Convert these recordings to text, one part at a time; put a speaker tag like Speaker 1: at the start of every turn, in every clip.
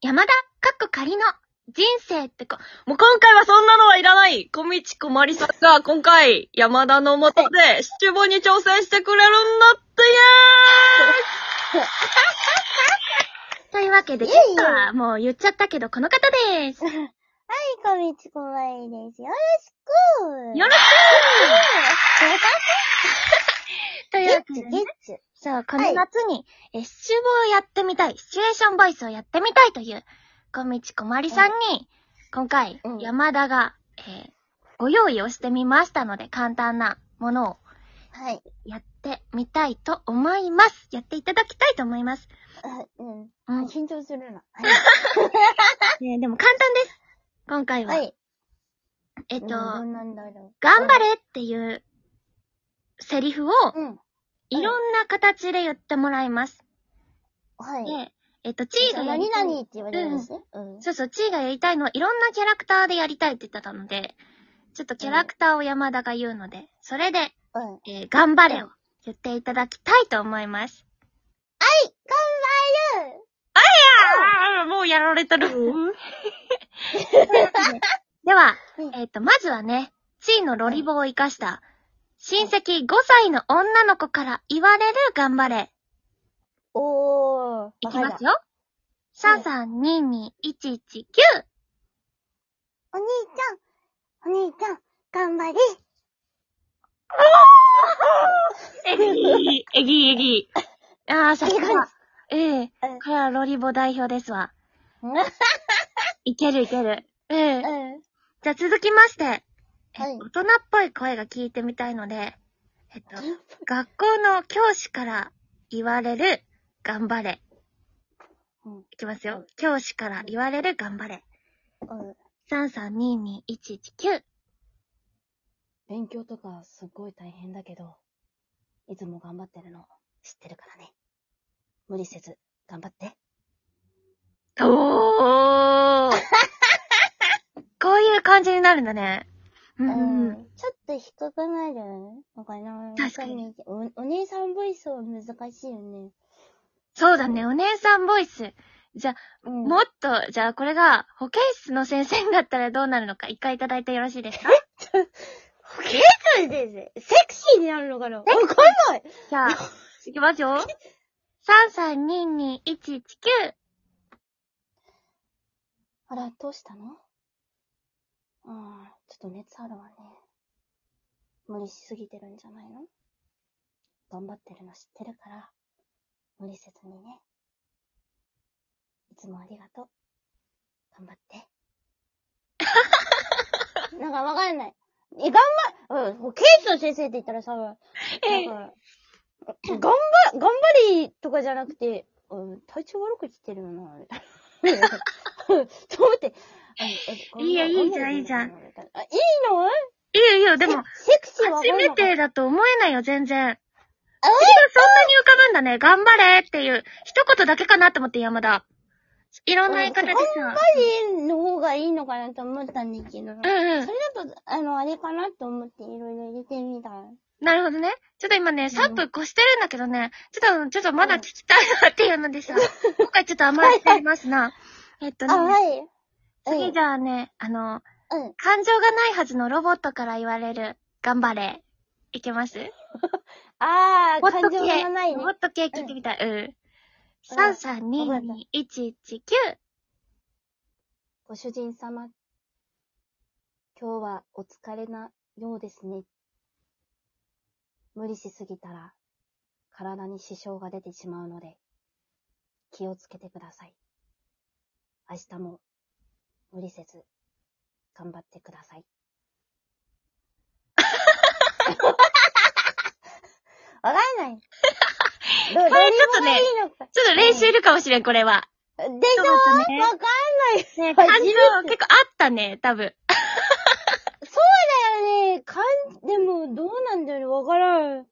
Speaker 1: 山田、かっこ仮の人生ってこ、
Speaker 2: もう今回はそんなのはいらない小道子まりさんが今回、山田のもとで、シチュボに挑戦してくれるんだって
Speaker 1: というわけで、
Speaker 3: い
Speaker 1: ち
Speaker 3: えいえ
Speaker 1: ょっとはもう言っちゃったけど、この方です。
Speaker 3: はい、こみちこまりです。よろし く
Speaker 2: よろし
Speaker 1: というわけでね、
Speaker 3: ゲッチュ、ゲッチュ。
Speaker 1: そう、こ
Speaker 3: は
Speaker 1: の
Speaker 3: い
Speaker 1: 夏に、え、シチュボをやってみたい、シチュエーションボイスをやってみたいという、小道こまりさんに、今回
Speaker 3: う、ん
Speaker 1: 山田が、えーご用意をしてみましたので、簡単なものを
Speaker 3: はい。
Speaker 1: やってみたいと思います。やっていただきたいと思います。
Speaker 3: あうん。
Speaker 1: うん。
Speaker 3: 緊張するな。
Speaker 1: ねでも簡単です。今回は。
Speaker 3: はい。はい。
Speaker 1: えっ
Speaker 3: うん
Speaker 1: と、
Speaker 3: どんなんだろ
Speaker 1: 頑張れっていうセリフを
Speaker 3: う。うん。
Speaker 1: いろんな形で言ってもらいます。
Speaker 3: はい。
Speaker 1: で、えっと、チーがやり
Speaker 3: 何
Speaker 1: たい。
Speaker 3: 々って言われるんですね。うん。
Speaker 1: そうそう、チーがやりたいのはいろんなキャラクターでやりたいって言ってたので、ちょっとキャラクターを山田が言うので、それで、
Speaker 3: うん。
Speaker 1: えー頑張れを言っていただきたいと思います。
Speaker 3: 頑
Speaker 2: やーもうやられてる。
Speaker 1: では
Speaker 3: うん、
Speaker 1: えっ、と、まずはね、チーのロリボを生かした、親戚5歳の女の子から言われる頑張れ。
Speaker 3: おー。
Speaker 1: いきます
Speaker 3: よ。
Speaker 1: よ。
Speaker 3: はい
Speaker 1: 3322119。
Speaker 3: お兄ちゃん、お兄ちゃん、頑張れ。
Speaker 2: えぎー、えぎー、えぎー。
Speaker 1: あー、さす
Speaker 3: いい感
Speaker 1: が。ええ
Speaker 3: うん
Speaker 1: これはロリボ代表ですわ。
Speaker 3: う
Speaker 1: いけるいける。ええ
Speaker 3: ん。
Speaker 1: じゃあ続きまして、え
Speaker 3: はい
Speaker 1: 大人っぽい声が聞いてみたいので、えっと、学校の教師から言われる、頑張れ。
Speaker 3: うん
Speaker 1: いきます
Speaker 3: う
Speaker 1: よ
Speaker 3: ん。
Speaker 1: 教師から言われる、頑張れ。
Speaker 3: うん。
Speaker 1: 3322119。
Speaker 3: 勉強とかすごい大変だけど、いつも頑張ってるの知ってるからね。無理せず、頑張って。
Speaker 1: おー こういう感じになるんだね。うんうん。
Speaker 3: ちょっと低くなるのかな
Speaker 1: 確かに
Speaker 3: お。お姉さんボイスは難しいよね。
Speaker 1: そうだね、お姉さんボイス。
Speaker 3: うん
Speaker 1: もっと、じゃあこれが保健室の先生だったらどうなるのか一回いただいてよろしいですか
Speaker 3: 保健室です。セクシーになるのかなわかんない。
Speaker 1: じゃあ、いきますよ。3322119。
Speaker 3: あら、どうしたのうん、ちょっと熱あるわね。無理しすぎてるんじゃないの頑張ってるの知ってるから、無理せずにね。いつもありがとう。頑張って。なんかわかんない。え、頑張る、うん、保健室の先生って言ったらさ、なんか、
Speaker 1: ええ
Speaker 3: 頑張、頑張りとかじゃなくて、うん、体調悪くしてるのな、あれ。 と思って、あの
Speaker 1: いいよいいじゃんいいじゃん。
Speaker 3: あいいの
Speaker 1: いいよいいよ、でも、
Speaker 3: セクシーは
Speaker 1: 初め
Speaker 3: え
Speaker 1: てだと思えないよ、全然。
Speaker 3: あ
Speaker 1: そんなに浮かぶんだね。頑張れっていう、一言だけかなと思って山田。いろんな言い方でさ。
Speaker 3: りの方がいいのかなと思ったんだけど。
Speaker 1: うん
Speaker 3: そ
Speaker 1: う
Speaker 3: れ
Speaker 1: ん。
Speaker 3: だと、あの、あれかなと思っていろいろ入れてみた。
Speaker 1: なるほどね。ちょっと今ね、3分越してるんだけどね、ちょっと、ちょっとまだ聞きたいなっていうのでさ、今回ちょっと甘えていますな。えっと
Speaker 3: あ、
Speaker 1: ね、
Speaker 3: はい。
Speaker 1: 次じ
Speaker 3: ゃ
Speaker 1: ゃあね、あの、
Speaker 3: うん。
Speaker 1: 感情がないはずのロボットから言われる、頑張れ。いけます
Speaker 3: あ
Speaker 1: ロ
Speaker 3: ー、
Speaker 1: ボッ
Speaker 3: 感
Speaker 1: ト
Speaker 3: 情
Speaker 1: 系、
Speaker 3: がないね
Speaker 1: ロボ。ット系聞いてみたい。うん。3、3、2、2、1、1、
Speaker 3: ご主人様。今日はお疲れなようですね。無理しすぎたら、体に支障が出てしまうので、気をつけてください。明日も、無理せず、頑張ってくださ い。わかんない。ど、どれもがいいのか。
Speaker 2: ちょっと練習いるかもしれん、これは。
Speaker 3: でし
Speaker 1: ちょっと待って
Speaker 3: ょ
Speaker 1: ね
Speaker 3: わかんない。
Speaker 1: ね、感
Speaker 3: 初
Speaker 1: 情
Speaker 3: めて
Speaker 1: 結構あったね、多分。
Speaker 3: そうだよね。かん、でも、どうなんだろう。わからん。調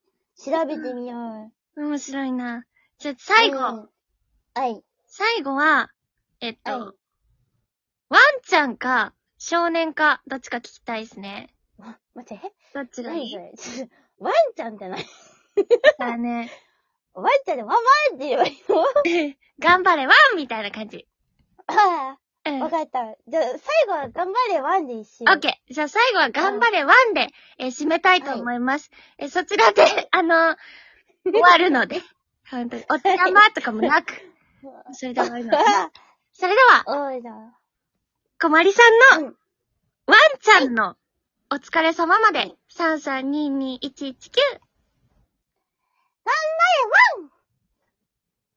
Speaker 3: べてみよう。
Speaker 1: 面白いな。じゃあ最後。
Speaker 3: うん。はい。
Speaker 1: 最後は、えっと、
Speaker 3: はい
Speaker 1: ワンちゃんか、少年か、どっちか聞きたいですね。
Speaker 3: わ待って、
Speaker 1: どっち
Speaker 3: え
Speaker 1: がい
Speaker 3: 何
Speaker 1: い
Speaker 3: それちょワンちゃんってない
Speaker 1: だからね。
Speaker 3: ワンちゃんでワンワンって言えばいいの
Speaker 1: 頑張れワンみたいな感じ。
Speaker 3: あ
Speaker 1: うん
Speaker 3: あ、わ。かった。じゃあ、最後は頑張れワンで一周。
Speaker 1: オッケー。じゃあ最後は頑張れワンで、えー締めたいと思います。えーそちらで、あの、終 わるので。本当に。お手玉とかもなく。 それで終わるので。それでは、
Speaker 3: おいだ。
Speaker 1: こまりさんの
Speaker 3: うん、
Speaker 1: ワンちゃんの、お疲れ様まで、3322119。
Speaker 3: ワン